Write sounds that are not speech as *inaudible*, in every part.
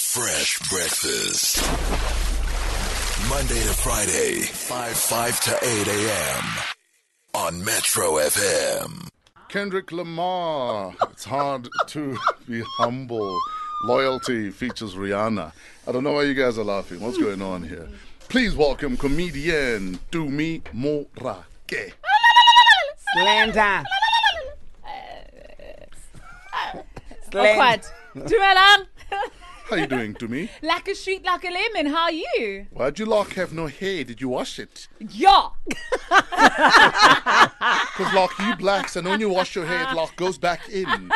Fresh breakfast. Monday to Friday, 5 5 to 8 a.m. on Metro FM. Kendrick Lamar. It's hard to *laughs* be humble. Loyalty features Rihanna. I don't know why you guys are laughing. What's going on here? Please welcome comedian Tumi Morake. Slander. Awkward. Dumelang. How you doing, Tumi? Like a street, like a lemon. How are you? Why'd you lock have no hair? Did you wash it? Yeah. Because lock you blacks, and when you wash your hair, it lock goes back in.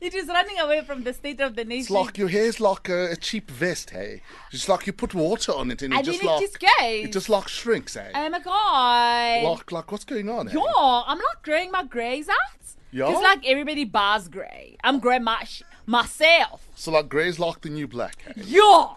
It is running away from the state of the It's nation. like your hair's like a, a cheap vest, hey? It's like you put water on it and it I just mean, it like just goes. it just like shrinks, hey? Oh my god. Like, like what's going on? Hey? Yeah, I'm not growing my greys out. Yeah? Just like everybody bars grey. I'm growing my sh- myself. So like grey's like the new black. Hey? Yeah.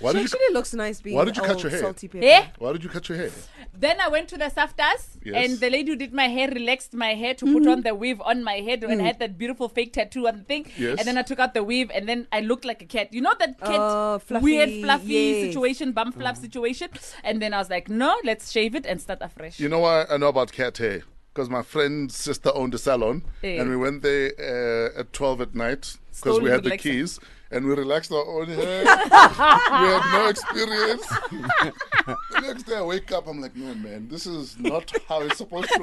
Why She did you actually looks nice being Why did you old, cut your hair? salty pepper. Eh? Why did you cut your hair? Then I went to the Saftas, Yes. and the lady who did my hair relaxed my hair to Mm-hmm. put on the weave on my head Mm. and had that beautiful fake tattoo on the thing. Yes. And then I took out the weave, and then I looked like a cat. You know that cat Oh, fluffy, weird fluffy yes. situation, bum Mm. fluff situation. And then I was like, no, let's shave it and start afresh. You know why I know about cat hair? Because my friend's sister owned a salon, Eh. and we went there uh, at 12 at night because Stole we the had the relaxer. keys, and we relaxed our own hair. we had no experience. the next day I wake up, I'm like, no, man, this is not how it's supposed to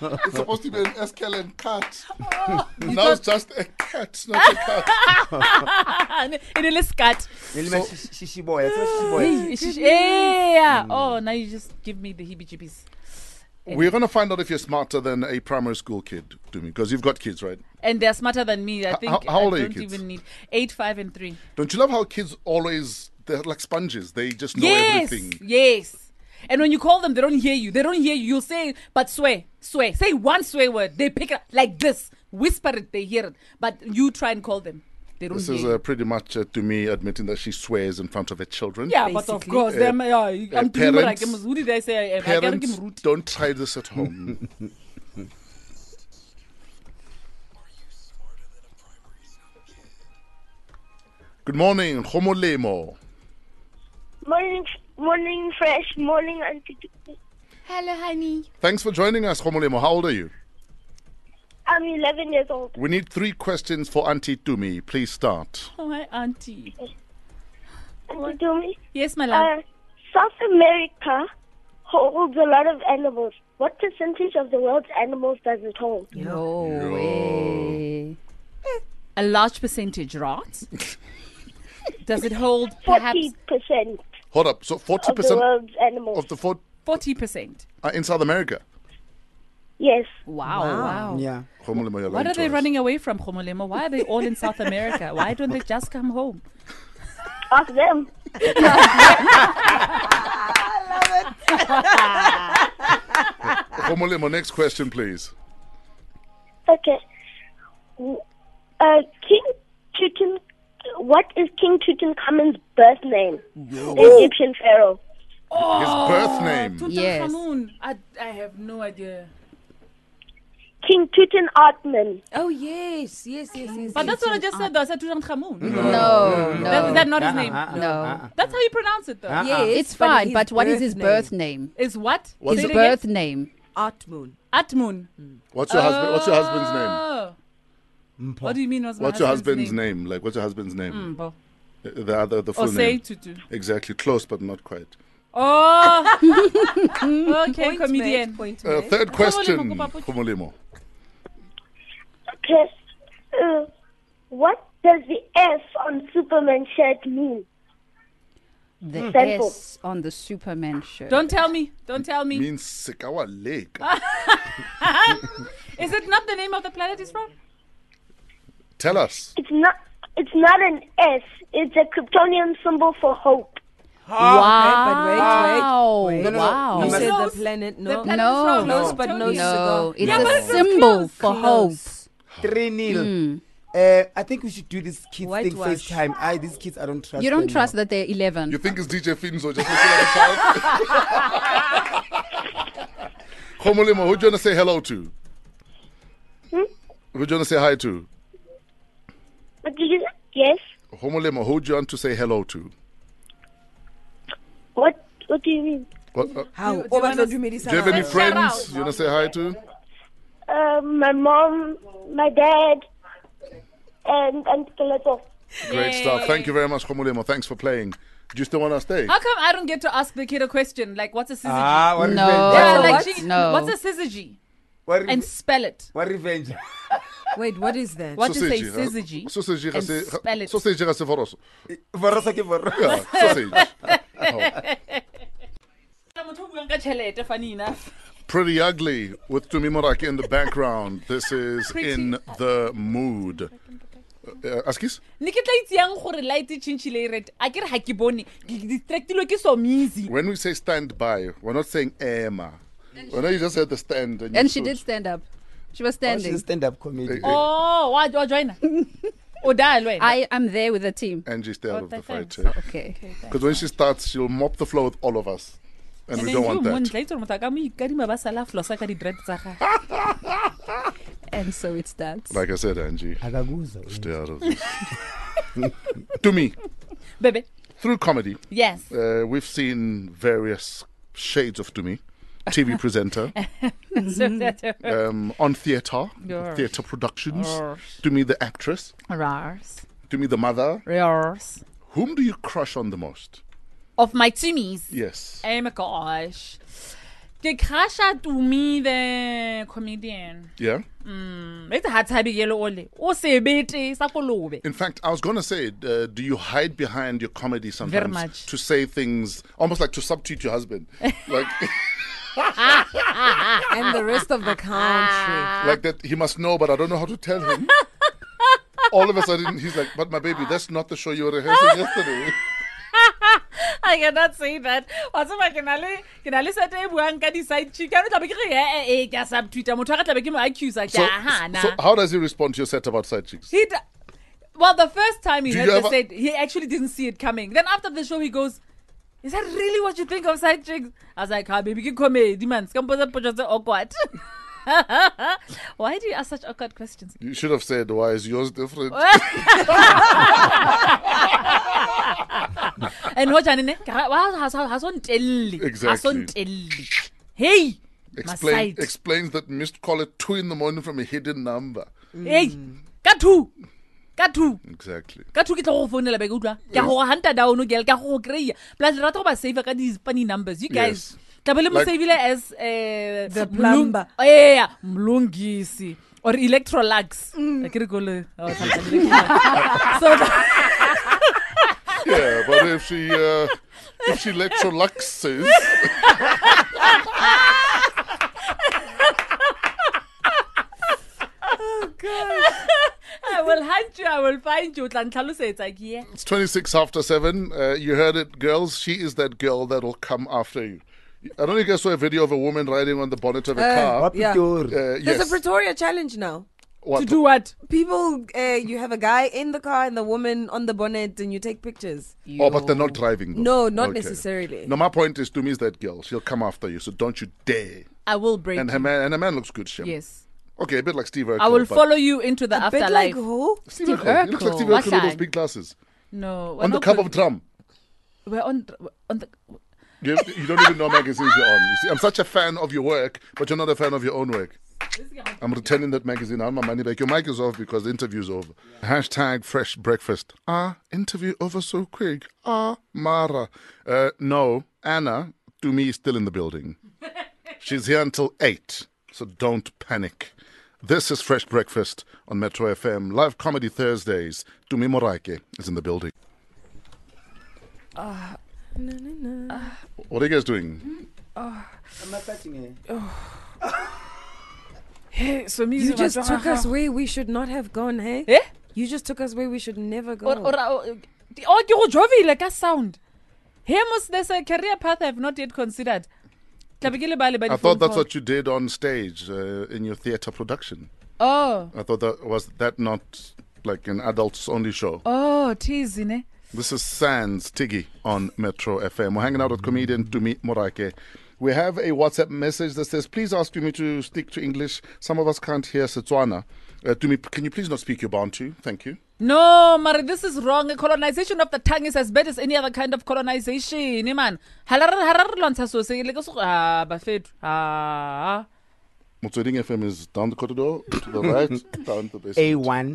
look. It's supposed to be an escalent cat. now it's just a cat, not a cat. *laughs* in a little skirt. *laughs* Elima So- shishi boy, it's not shishi boy. It's just- Mm. yeah. Oh, now you just give me the heebie-jeebies. We're going to find out if you're smarter than a primary school kid, Dumi, because you've got kids, right? And they're smarter than me. I think how old I are your don't kids? even need eight, five, and three. Don't you love how kids always they're like sponges? They just know yes, everything. yes. And when you call them, they don't hear you. They don't hear you. You say, but swear, swear. Say one swear word. They pick it up like this. Whisper it. They hear it. But you try and call them. They don't This hear is you. uh, pretty much uh, to me admitting that she swears in front of her children. yeah, but of basically, course, uh, them, yeah, you- uh, I'm doing what I parents- can. Who did I say I am? I can't Parents, give root. don't try this at *laughs* home. Good morning, Homolemo. Morning, morning, fresh, morning, Auntie. Tutu. Hello, honey. Thanks for joining us, Homolemo. How old are you? I'm 11 years old. We need three questions for Auntie Tumi. Please start. Oh, hi, auntie. Auntie Tumi, Yes, my love. uh, South America holds a lot of animals. What percentage of the world's animals does it hold? no. Yo. A large percentage, *laughs* right? Does it hold perhaps 40 percent Hold up. So of the 40% world's animals. of the four forty percent? are in South America. yes. Wow, wow. Yeah. Homolemo, you're What lying are to they us. running away from, Homolemo? Why are they all in South America? Why don't they just come home? Ask them. Homolemo, next question, please. Okay. Uh, King Tutankhamun. What is King Tutankhamun's birth name? The Egyptian pharaoh. His birth name. Yes. I, I have no idea. King Tutankhamun. Oh yes, yes, yes, yes. But yes. that's what I just said, though. I said Tutankhamun. No, That, no, is that not his name? Uh-uh, no. That's how you pronounce it, though. Uh-uh. Yes, It's fine, but what is his name? birth name? Is what? What's Say His it again. birth name. Art Moon. Atmun. What's your husband? What's your husband's name? Oh. What do you mean? What's, my What's your husband's name? Mm, Like, what's your husband's name? Mbo. The The other, the Or full say name. Tutu. Exactly, close but not quite. Oh. okay, comedian. Made, point Uh, made. third question, Khumolemo, Kupaputi. Homolemo. Okay. Uh, what does the F on Superman shirt mean? The Simple. S on the Superman shirt. Don't tell me. Don't tell me. *laughs* Means Sikawa Lake. Is it not the name of the planet it's from? Tell us. It's not. It's not an S. It's a Kryptonian symbol for hope. Wow. Wait, No, no, no. wow. You You said the must- planet. the No, planet No. is from Close, but no Kryptonian. No, it's Yeah, but a it was symbol close, for hope. Close. Three nil. Uh, I think we should do this kids thing Whitewash. first time. I these kids I don't trust. You don't them trust now. that they're 11. You think it's DJ Finzo just looking like a child? *laughs* Homolemo, who do you want to say hello to? Who do you want to say hi to? What did you say? Yes. Homolemo, who do you want to say hello to? What What do you mean? What, uh, How? Do you Oba wanna- tlo dumedisa do you have any Shout friends out. you want to say hi to? Um, my mom, my dad, and Uncle Leto. Great stuff. Thank you very much, Homolemo. Thanks for playing. Do you still want to stay? How come I don't get to ask the kid a question like what's a syzygy? Ah, what No. revenge? yeah, Oh, like what? she- No. What's a syzygy? What, re- And spell it. what revenge? *laughs* Wait, what is that? What is a Sausage, huh? syzygy? Sausage, huh? And spell it. Sausage, huh? Sausage, Vorosa ke vorosa. *laughs* huh? Sausage. Motho o buang ka tjhelete, funny enough. Pretty Ugly with Tumi Moraki in the background. This is Pretty In the Mood. Uh, Askis? ne ke tla itseyang gore light e chintšhile e red a ke re ga ke bone ke distractilwe ke somizi When we say stand by, we're not saying Emma. Well, no, you just said the stand. And, you And she stood. did stand up. She Oh, she's was standing. a stand-up comedian. Eh, eh, oh wa wa joina o dal wena I am there with the team. Angie stayed out Oh, of the fight. thanks. Because Okay. when she starts, she'll mop the floor with all of us. And, we don't want that. tla itse gore motho a ka mo ikadima ba sala flosa ka di-dread tsa gage And so it starts. Like I said, Angie, Akakuzwa. stay out of this. *laughs* to me, bebe through comedy, yes uh, we've seen various shades of Tumi, *laughs* TV presenter, So that's- um, on theatre, Yes. theatre productions. Yes. To me, the actress. Rars. To me, the mother. Rars. Whom do you crush on the most? of my tumis Yes. oh my gosh ke crusha to me the comedian Mm. Yeah. etse ga tshabe yelo ole o sebete sa kolobe In fact, I was going to say, uh, do you hide behind your comedy sometimes much. to say things almost like to substitute your *laughs* husband, like And the rest of the country. like that he must know, but I don't know how to tell *laughs* him. All of a sudden, he's like, "But my baby, that's not the show you were rehearsing *laughs* yesterday." I cannot say that. e Wa tseba ke na le ke na le set e buang ka di-side chick. Yanong tlabe ke re eh, eh, eh, ke a subtweeter. Motho wa ka tlabe ke mo accuser, ke So, a hana. so how does he respond to your set about side chicks? He d- well, the first time he Do heard you the ever- set, he actually didn't see it coming. Then after the show, he goes, "Is that really what you think of side chicks?" I was like, "Ah, baby, ke comedy man. Skampoza pochoza awkward." *laughs* Why do you ask such awkward questions? You should have said, "Why is yours different?" And what Janine? Hasn't Exactly. Hey, my Explain, side. explains that missed call at two in the morning from a hidden number. hey ka two ka two Exactly. ka two ke tla go founela beke utlwa ke a go hunter down girl ke a go kry-a plus le rata go ba savea ka di-funny numbers you guys Yes. tlabe le mo Like- savile as uh, The Mlung- plumber. Oh, yeah, yeah, mlungisi or electrolux Mm. A ke re ko le- oh, so Yeah, but if she uh, if she electroluxes, i will hunt you i will find you o tla ntlhalosetsa ke ye it's twenty six after seven. Uh, you heard it, girls. She is that girl that'll come after you. I don't know if you guys saw a video of a woman riding on the bonnet Uh, of a car. Wa Yeah. Pitori. Uh, There's a yes. Pretoria challenge now. What? to do what People, uh, you have a guy in the car and the woman on the bonnet, and you take pictures. Oh, but they're not driving. though. No, not Okay. necessarily. No, my point is, to me, is that girl. She'll come after you, so don't you dare. i will break And her man, and her man looks good, Shem. yes Okay, a bit like Steve Urkel. i will but- follow you into the A bit like afterlife who? Steve, Steve Urkel. He looks like Urkel. Steve Urkel with those Wahlstein. big glasses no we're on the not cover going- of Drum. we're on on the You, you don't even know magazines you're on. You see, I'm such a fan of your work, but you're not a fan of your own work. I'm returning that magazine. I want my money back. Your mic is off because the interview's over. Hashtag fresh breakfast. Ah, interview over so quick. Ah, Mara. Uh, no, Anna, to me, is still in the building. She's here until 8, so don't panic. This is Fresh Breakfast on Metro FM, live comedy Thursdays. Tumi Moraike is in the building. What are you guys doing? I'm not touching her. so You just took us where we should not have gone, hey? Eh? You just took us where we should never go. or or or- oh ke go jovile ka sound here must there's a career path i've not yet considered tlabe ke le bale ba I thought that's what you did on stage uh, in your theatre production. oh I thought that was that not like an adults only show. oh teasy ne This is Sans Tiggy on Metro FM. We're hanging out with comedian Tumi Morake. We have a WhatsApp message that says, "Please ask Tumi to stick to English. Some of us can't hear Setswana." Uh, Dumi, can you please not speak your Bantu? Thank you. No, Mari, this is wrong. Colonization of the tongue is as bad as any other kind of colonization. eh, Man, harar harar lwantsha so se le ka so ah bafethu. Ah. Eh, Motsweding FM is down the corridor, to the right, down the basement. A1.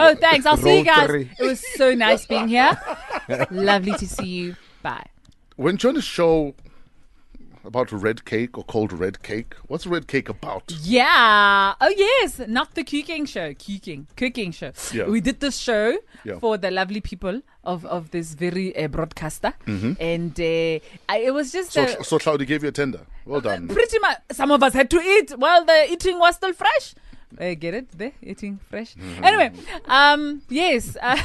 Oh, thanks. I'll see you guys. Rotary. It was so nice being here. *laughs* Lovely to see you. Bye. When John is show about red cake or cold red cake, what's red cake about? Yeah. Oh yes, not the cooking show. Cooking, cooking show. Yeah. We did this show Yeah. for the lovely people of of this very uh, broadcaster, and uh, I, it was just Mm-hmm. So, uh, so Cloudy gave you a tender. Well done. pretty much. Some of us had to eat while the eating was still fresh. Uh, get it? They're eating fresh. Mm-hmm. Anyway, um, yes. *laughs* Uh,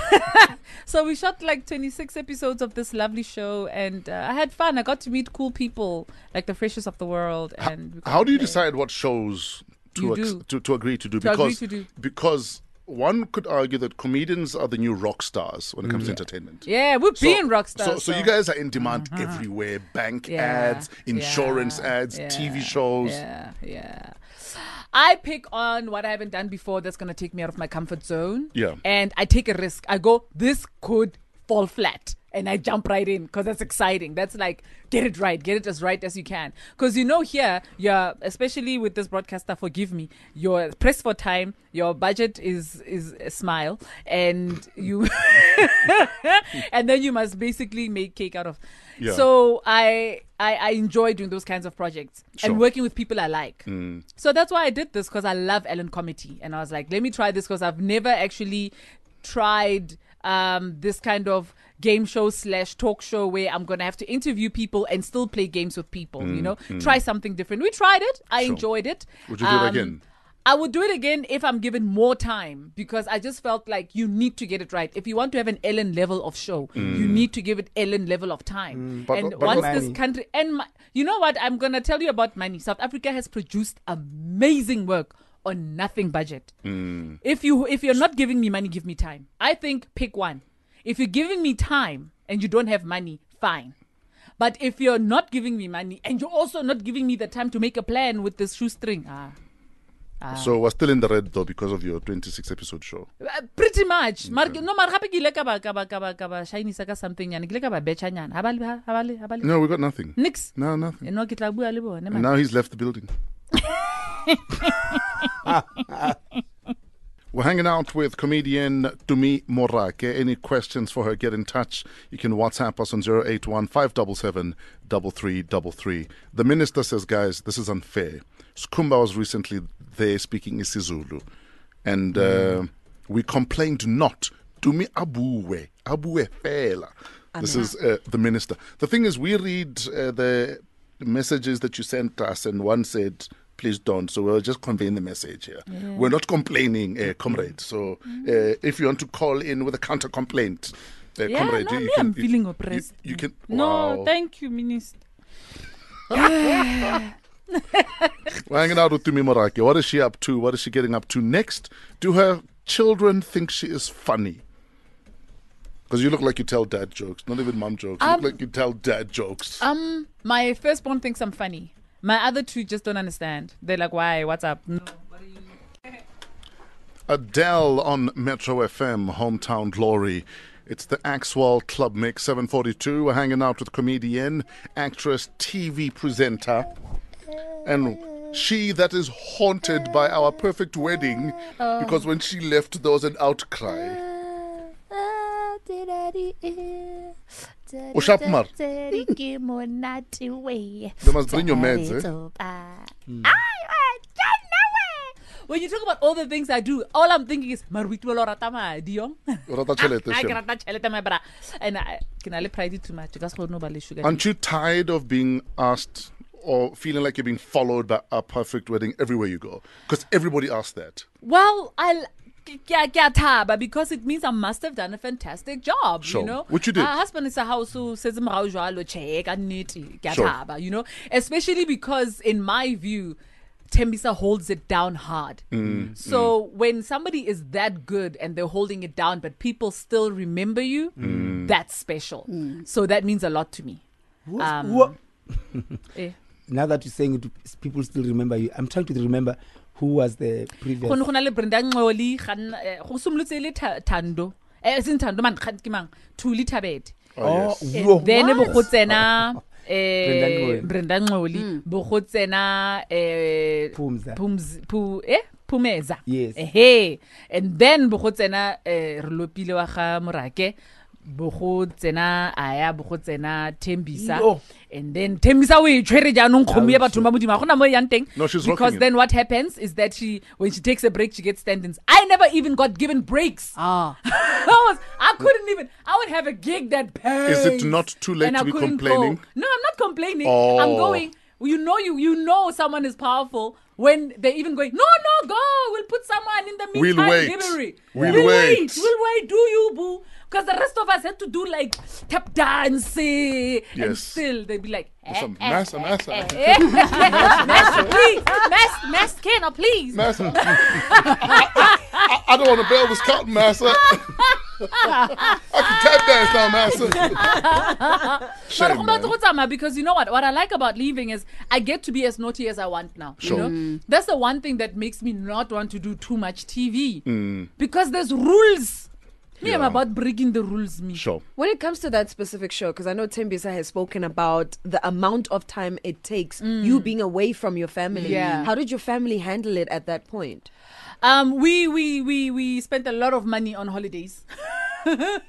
so we shot like 26 episodes of this lovely show, and uh, I had fun. I got to meet cool people, like the freshest of the world. And we got How do you to- decide what shows to You ex- do. to, to agree to do? To agree because to do. because one could argue that comedians are the new rock stars when it comes to entertainment. Yeah, we're being rock stars. Uh-huh. So, so, you guys are in demand everywhere: bank Yeah, ads, insurance yeah, ads, yeah, TV shows. Yeah, yeah. I pick on what I haven't done before that's going to take me out of my comfort zone. Yeah. And I take a risk. I go, this could fall flat. And I jump right in because that's exciting. That's like, get it right, get it as right as you can. Because you know, here, you're, especially with this broadcaster, forgive me, you're pressed for time, your budget is is a smile, and you. *laughs* and then you must basically make cake out of. Yeah. So I, I I enjoy doing those kinds of projects Sure. Mm. and working with people I like. So that's why I did this because I love Ellen comedy, and I was like, let me try this because I've never actually tried um, this kind of game show slash talk show where I'm gonna have to interview people and still play games with people. You know, try something different. We tried it. I Mm, Sure. enjoyed it. Would you do it again? Um, I would do it again if I'm given more time because I just felt like you need to get it right. If you want to have an Ellen level of show, you need to give it Ellen level of time. Mm. But- and but- once but- this Money. country and my, you know what I'm gonna tell you about money. South Africa has produced amazing work on nothing budget. If you if you're not giving me money, give me time. I think pick one. If you're giving me time and you don't have money, fine. But if you're not giving me money and you're also not giving me the time to make a plan with this shoestring, ah, So we're still in the red though because of your 26 episode show. Uh, pretty much mare ke- no mara gape ke ile ka ba ka ba ka ba ka ba shinisa ka something yana ke ile ka ba betcha nyana ha ba le ha ba le ha ba le No, we got nothing. nix No, nothing. no ke tla bua le bone And man now he's left the building. We're hanging out with comedian Dumi Morake. Any questions for her, get in touch. You can WhatsApp us on 081 577 3333. The minister says, guys, this is unfair. Skumba was recently there speaking isiZulu, and uh, we complained not. Dumi Abuwe. Abuwe Fela. This is uh, the minister. The thing is, we read uh, the messages that you sent us, and one said, please don't. So we're just conveying the message here. We're not complaining, uh, comrade. So Mm. uh, if you want to call in with a counter complaint, uh, Yeah, comrade, no, you, me, you can. I'm you- feeling you- oppressed. You, can. no wow. thank you minister We're hanging out with Tumi Morake. What is she up to? What is she getting up to next? Do her children think she is funny? Because you look like you tell dad jokes, not even mom jokes. You Um, look like you tell dad jokes. um my firstborn thinks I'm funny my other two just don't understand they're like why what's up no what are you Adele on Metro FM, Hometown Glory. It's the Axwell Club Mix 742. We're hanging out with comedian, actress, TV presenter, and she that is haunted by our perfect wedding because when she left, there was an outcry. Ushapmar. They must bring your meds, eh? when you talk about all the things I do, all I'm thinking is Maruitu Loratama, Dion. Rata *laughs* chelete, I Shem. cannot tell it, my brother. And I can I pride it too much because I know about the sugar. Aren't you tired of being asked or feeling like you're being followed by a perfect wedding everywhere you go? Because everybody asks that. Well, I but because it means I must have done a fantastic job, Sure. you know. Which you did. My husband is a house who says "Mrao jwalo, check, I need it, ke a Sure. thaba," you know. Especially because in my view, Tembisa holds it down hard. Mm, So when somebody is that good and they're holding it down, but people still remember you, Mm. that's special. So that means a lot to me. Who- Um, who- eh. Now that you're saying it, people still remember you. I'm trying to remember who was the previous. go ne go na le brenda nxoli ga nna- eh, go simolotse e le Tha- thando Eh, e seng thando man ga- ke mang thuli thabete Oh, yes. Eh, whoa. then bo go tsena eh, Brenda Nxoli. brenda nxoli bo go tsena eh, Phumza. Phumz- Phu- eh, phumeza Yes. ehe and then bo go tsena eh, re lopile wa ga morake bo go tsena aya bo go tsena thembisa Yo. and then thembisa o e tshwere jaanong kgomo ya bathong ba modimo ga gona mo e yang teng No, she's because rocking it. then what happens is that she when she takes a break she gets stand-ins i never even got given breaks Ah. I was, *laughs* I couldn't even. I would have a gig that pays. Is it not too late And to I be couldn't complaining? Go. No, I'm not complaining. Oh. I'm going. You know, you you know someone is powerful when they're even going. No, no, go. We'll put someone in the meantime. We'll wait. Delivery. We'll wait. wait. We'll wait. Do you boo? Because the rest of us had to do like tap dance, eh, and Yes. still they'd be like, eh, Some eh, nice, nice, nice. eh, master, please, master, master, can I please? Master, I, *laughs* I- I don't want to bail this cotton, Master. I can tap dance now, Master. *laughs* But Shame, I'm man. not gonna tama because you know what? What I like about leaving is I get to be as naughty as I want now. Sure. Mm. You know? That's the one thing that makes me not want to do too much TV. Because there's rules. Me, I'm Mm. Yeah. about breaking the rules, me. Sure. When it comes to that specific show, because I know Tembisa has spoken about the amount of time it takes you being away from your family. Mm. Yeah. How did your family handle it at that point? Um, we we we we spent a lot of money on holidays. *laughs*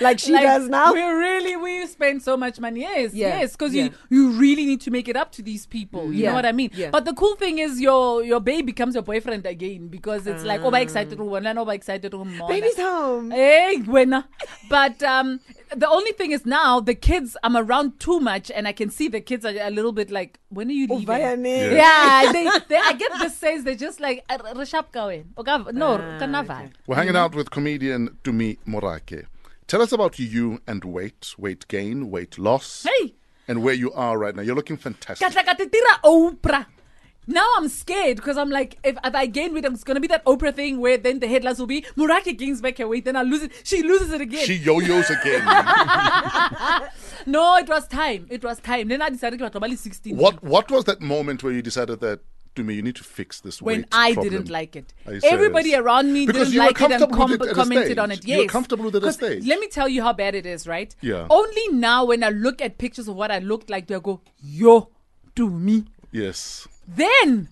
Like she does now? We really we spend so much money. Yes, Yeah, yes, because yeah. you you really need to make it up to these people. You Yeah, know what I mean? yeah. But the cool thing is your your babe becomes your boyfriend again because it's like over excited woman, over excited woman. Baby's home. *laughs* Hey, Gwena. But um, the only thing is now the kids, I'm around too much and I can see the kids are a little bit like, when are you Oh, leaving? Uvayane. *laughs* yeah, they, they, I get the sense they're just like, "Ah, r- Rashab Kawen. Okay, No, Ah, Kanavan. We're hanging out with comedian Dumi Morake. Tell us about you and weight, weight gain, weight loss, Hey, and where you are right now. You're looking fantastic. Katakatitira Oprah. Now I'm scared because I'm like, if, if I gain weight, I'm- it's going to be that Oprah thing where then the headlines will be, Muraki gains back her weight, then I lose it. She loses it again. She yo-yos *laughs* again. no, it was time. It was time. Then I decided to probably 16. what What was that moment where you decided that, Dumi, you need to fix this when weight I problem? didn't like it. Are you Everybody serious? around me Because didn't you were like it and comfortable with com- it at a commented stage. on it. You Yes. were comfortable with it at a 'Cause stage. Let me tell you how bad it is, right? Yeah. Only now when I look at pictures of what I looked like do I go, yo, to me. Yes. Then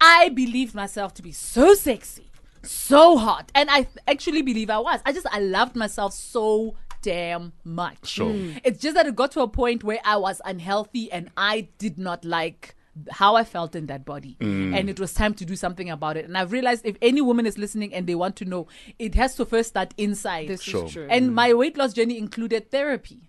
I believed myself to be so sexy, so hot. And I th- actually believe I was. I just, I loved myself so damn much. Sure. Mm. It's just that it got to a point where I was unhealthy and I did not like how I felt in that body. Mm. And it was time to do something about it. And I've realized if any woman is listening and they want to know, it has to first start inside. This Sure. is true. And my weight loss journey included therapy.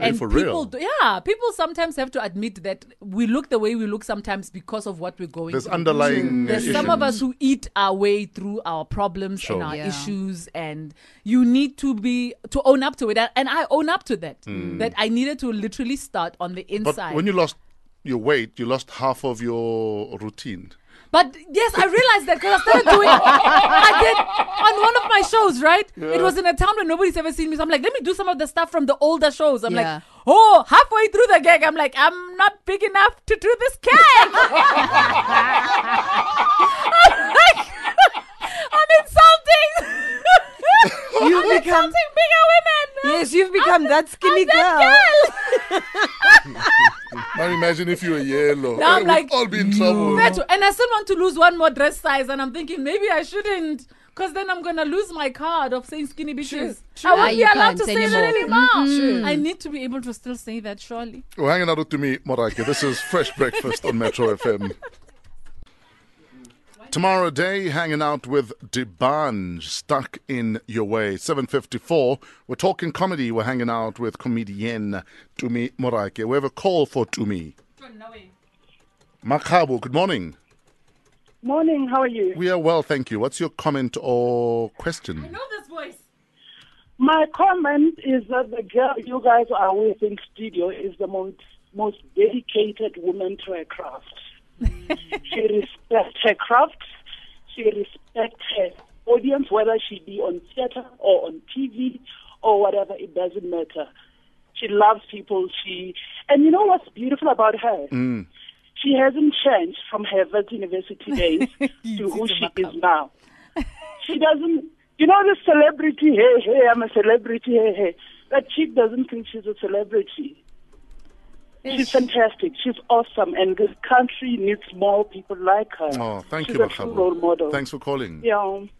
And for people, real? do- yeah, people sometimes have to admit that we look the way we look sometimes because of what we're going There's through. underlying uh, There's some issues. of us who eat our way through our problems Sure. and our Yeah. issues, and you need to be to own up to it. And I own up to that. That I needed to literally start on the Hmm. But inside. when you lost your weight, you lost half of your routine. But yes, I realized that because I started doing. I did on one of my shows, right? It was in a town where nobody's ever seen me. So I'm like, let me do some of the stuff from the older shows. I'm Yeah. like, oh, halfway through the gig, I'm like, I'm not big enough to do this gig. *laughs* I'm like, *laughs* I'm insulting. You I'm become- insulting bigger women. Yes, you've become that skinny I'm that girl. Now imagine if you were yellow. Now I'm We'd like, all be in trouble. That too. And I still want to lose one more dress size, and I'm thinking maybe I shouldn't, because then I'm gonna lose my card of saying skinny bitches. I Ah, won't be you allowed can't to say anymore. Mm-hmm. that anymore. I need to be able to still say that, surely. We're hanging out with Dumi Morake. This is Fresh Breakfast on *laughs* Metro FM. Tomorrow day, hanging out with Debanj, stuck in your way. 7.54, we're talking comedy. We're hanging out with comedian Tumi Morake. We have a call for Tumi. Makabo, good morning. Morning, how are you? We are well, thank you. What's your comment or question? Know this voice. My comment is that the girl you guys are with in studio is the most, most dedicated woman to her craft. she respects her craft. She respects her audience, whether she be on theater or on TV or whatever, it doesn't matter. She loves people. She, and you know what's beautiful about her? She hasn't changed from her Wits University days to who she is now. She doesn't, you know, the celebrity, hey, hey, I'm a celebrity, hey, hey. That chick doesn't think she's a celebrity. She's fantastic. She's awesome, and this country needs more people like her. Oh, thank she's you, a true Makgabo. role model. Thanks for calling. Yeah. Okay.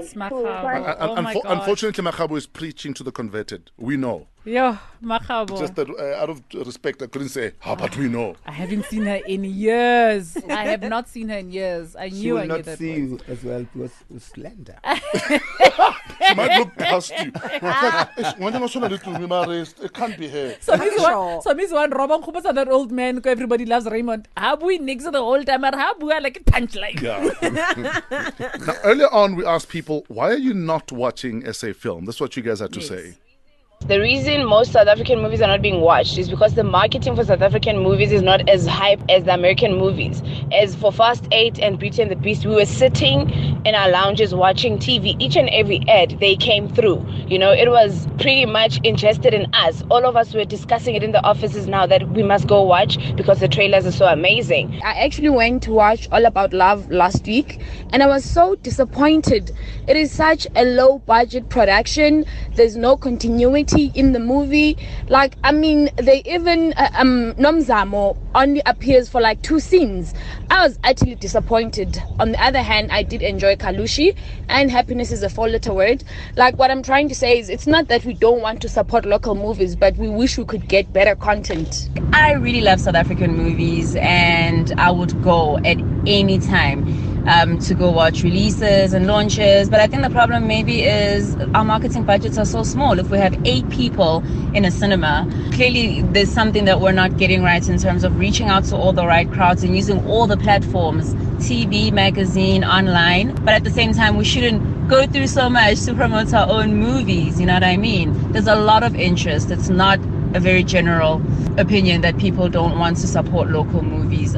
Thanks, cool. Makgabo. Bye. Un- Oh my unfo- God. Oh. unfortunately, Makgabo is preaching to the converted. We know. Yo, Makabo. Just that, uh, out of respect, I couldn't say, ah, but we *laughs* know. I haven't seen her *laughs* in years. I have not seen her in years. I She knew I will knew not that. see you voice. as well because you're slender. She might look past you. *laughs* It's like, "When am I gonna do to me, my wrist? It can't be here. So this Sure. one, so this one, Robin Khubas that old man. who Everybody loves Raymond. Habui niggas the old timer. Habui like a punchline. Yeah. *laughs* now, earlier on, we asked people, why are you not watching SA film? That's what you guys had to say. The reason most South African movies are not being watched is because the marketing for South African movies is not as hype as the American movies. As for Fast 8 and Beauty and the Beast, we were sitting in our lounges watching TV. Each and every ad they came through. You know, it was pretty much interested in us. All of us were discussing it in the offices now that we must go watch because the trailers are so amazing. I actually went to watch All About Love last week and I was so disappointed. It is such a low budget production. There's no continuity in the movie. Like, I mean, they even, uh, um, Nomzamo only appears for like two scenes. I was utterly disappointed. On the other hand, I did enjoy Kalushi and happiness is a four letter word. Like, what I'm trying to say is it's not that we don't want to support local movies, but we wish we could get better content. I really love South African movies and I would go at any time um, to go watch releases and launches. But I think the problem maybe is our marketing budgets are so small. If we have eight people in a cinema, clearly there's something that we're not getting right in terms of reaching out to all the right crowds and using all the platforms TV, magazine, online. But at the same time, we shouldn't go through so much to promote our own movies. You know what I mean? There's a lot of interest. It's not a very general opinion that people don't want to support local movies.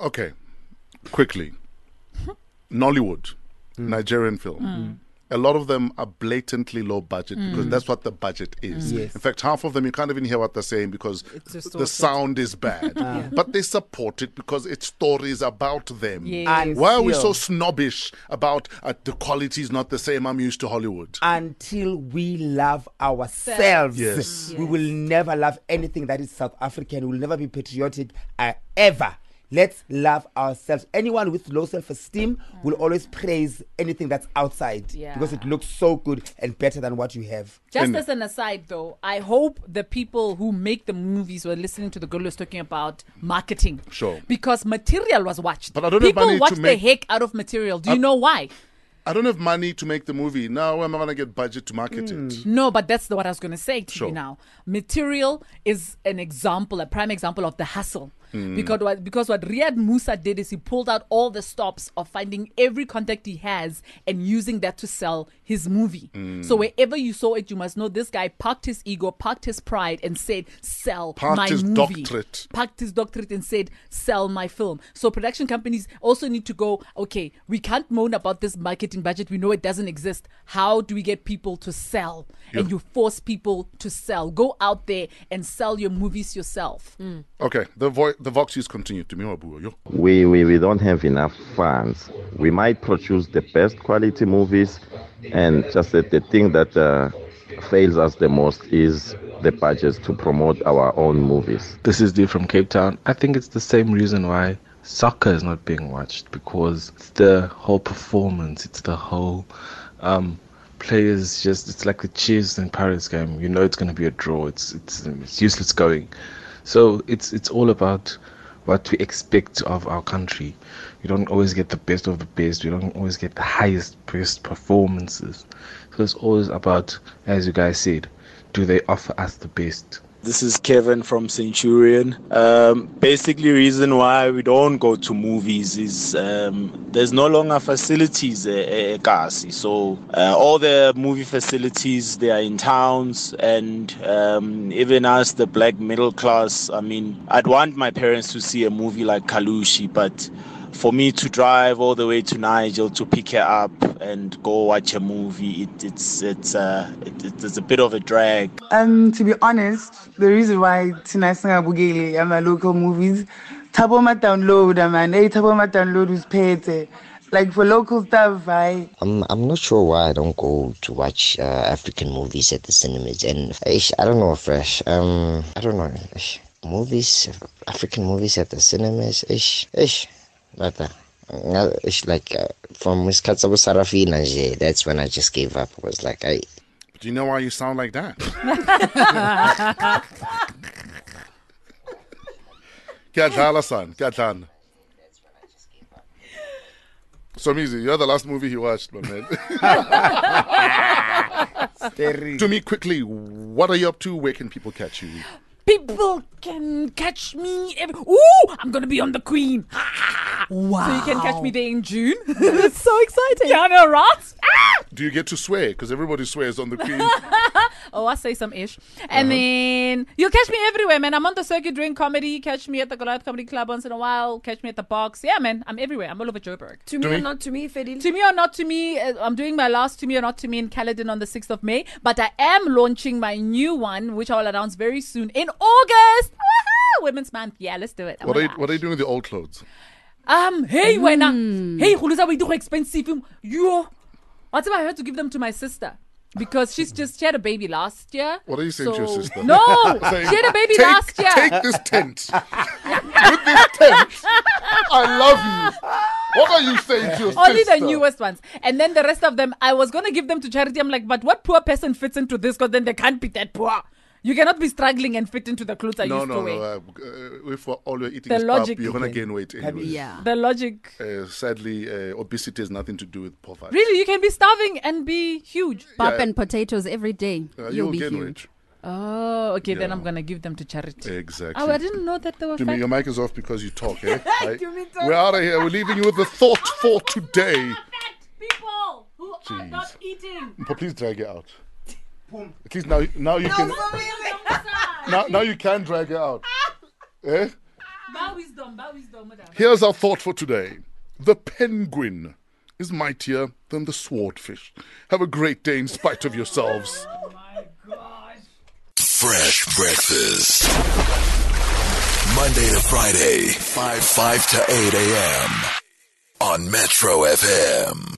Okay, quickly. Nollywood, Nigerian film. A lot of them are blatantly low budget because that's what the budget is. Yes. In fact, half of them you can't even hear what they're saying because the distorted. sound is bad. But they support it because it's stories about them. And Why are we so still- snobbish about uh, the quality is not the same? I'm used to Hollywood. until we love ourselves. Yes. We will never love anything that is South African. We'll never be patriotic uh, ever. Let's love ourselves. Anyone with low self esteem will always praise anything that's outside Yeah. because it looks so good and better than what you have. Just And- as an aside, though, I hope the people who make the movies were listening to the girl who's talking about marketing. Sure. Because material was watched. But I don't have people money to watch the make- heck out of material. Do you know why? I don't have money to make the movie. Now, where am I going to get budget to market it? No, but that's the, what I was going to say to Mm-hmm. Sure. you now. Material is an example, a prime example of the hustle. Mm. Because what, because what Riyad Musa did is he pulled out all the stops of finding every contact he has and using that to sell his movie. Mm. So wherever you saw it, you must know this guy parked his ego, parked his pride, and said, "Sell Parked my his movie." doctorate. Packed his doctorate and said, sell my film. So production companies also need to go, okay, we can't moan about this marketing budget. We know it doesn't exist. How do we get people to sell? And you force people to sell. Go out there and sell your movies yourself. Okay, the vo- the Voxies continue. To me, Wabuyo, yo. we, we, we don't have enough funds. We might produce the best quality movies, and just that the thing that uh, fails us the most is the budgets to promote our own movies. This is dude from Cape Town. I think it's the same reason why soccer is not being watched because it's the whole performance, it's the whole um, players just it's like the Chiefs and Pirates game. You know it's going to be a draw. It's it's it's useless going. So it's it's all about what we expect of our country. We don't always get the best of the best. We don't always get the highest best performances. So it's always about, as you guys said, do they offer us the best? This is Kevin from Centurion. Um, basically, reason why we don't go to movies is um, there's no longer facilities at Kasi. So uh, all the movie facilities they are in towns, and um, even us, the black middle class. I mean, I'd want my parents to see a movie like Kalushi, but for me to drive all the way to Nigel to pick her up and go watch a movie, it, it's it's uh, it, it, it's a bit of a drag. Um, to be honest, the reason why tonight's not Bugele and my local movies, Taboma download, uh, man. Hey, Taboma download is paid. eh. Like for local stuff, I I'm I'm not sure why I don't go to watch uh, African movies at the cinemas, and ish, I don't know, fresh. Um, I don't know, ish, movies, African movies at the cinemas, ish, ish, but uh, nga- ish, like uh, from Miskatsa Sarafina, nje, that's when I just gave up. I was like, I Do you know why you sound like *laughs* that? Gadlala, son. Gadlana. So, Mizi, you're the last movie he watched, my man. *laughs* to me, quickly, what are you up to? Where can people catch you? People can catch me. Every- Ooh, I'm gonna be on the Queen. *laughs* wow! So you can catch me there in June. That's *laughs* so exciting. Yeah, I know, right? Do you get to swear? Because everybody swears on the Queen. oh, I say some ish. And Uh-huh. then you'll catch me everywhere, man. I'm on the circuit doing comedy. Catch me at the Goliath Comedy Club once in a while. Catch me at the box. Yeah, man. I'm everywhere. I'm all over Joburg. To me or not to me, Fedil? To me or not to me, uh, I'm doing my last to me or not to me in Caledon on the 6th of May. But I am launching my new one, which I will announce very soon in August. Woohoo! Women's Month. Yeah, let's do it. I'm what, are you, gonna- what are you doing with the old clothes? um, hey, wena. Hey, Khulusa, we do expensive. You. What if I had to give them to my sister? Because she's just she had a baby last year. What are you saying to your *laughs* so- sister? No, Saying, she had a baby "Take- last year. Take this tent. With this tent, I love you. What are you saying to your Only sister? the newest ones, and then the rest of them, I was gonna give them to charity. I'm like, but what poor person fits into this? Because then they can't be that poor. You cannot be struggling and fit into the clothes I No, used no, to wear. no. Uh, if we're always eating The this logic up, you're going to again. gain weight anyway. Yeah. The logic. Uh, sadly, uh, obesity has nothing to do with poverty. Really, you can be starving and be huge. Pop and potatoes every day. Uh, You'll you'll be gain huge. weight. Oh, okay. Yeah. Then Eh. I'm gonna give them to charity. Exactly. Oh, I didn't know that they were. Jimmy, fat. your mic is off because you talk, *laughs* eh? Jimmy talk. We're out of here. We're leaving you with the thought *laughs* for today. people who are not eating. But please drag it out. At least now, now you can. Now, now you can drag it out. Eh? Bow wisdom, bow wisdom, madam. Here's our thought for today. The penguin is mightier than the swordfish. Have a great day in spite of yourselves. Fresh breakfast. Monday to Friday, 5 5 to 8 a.m. on Metro FM.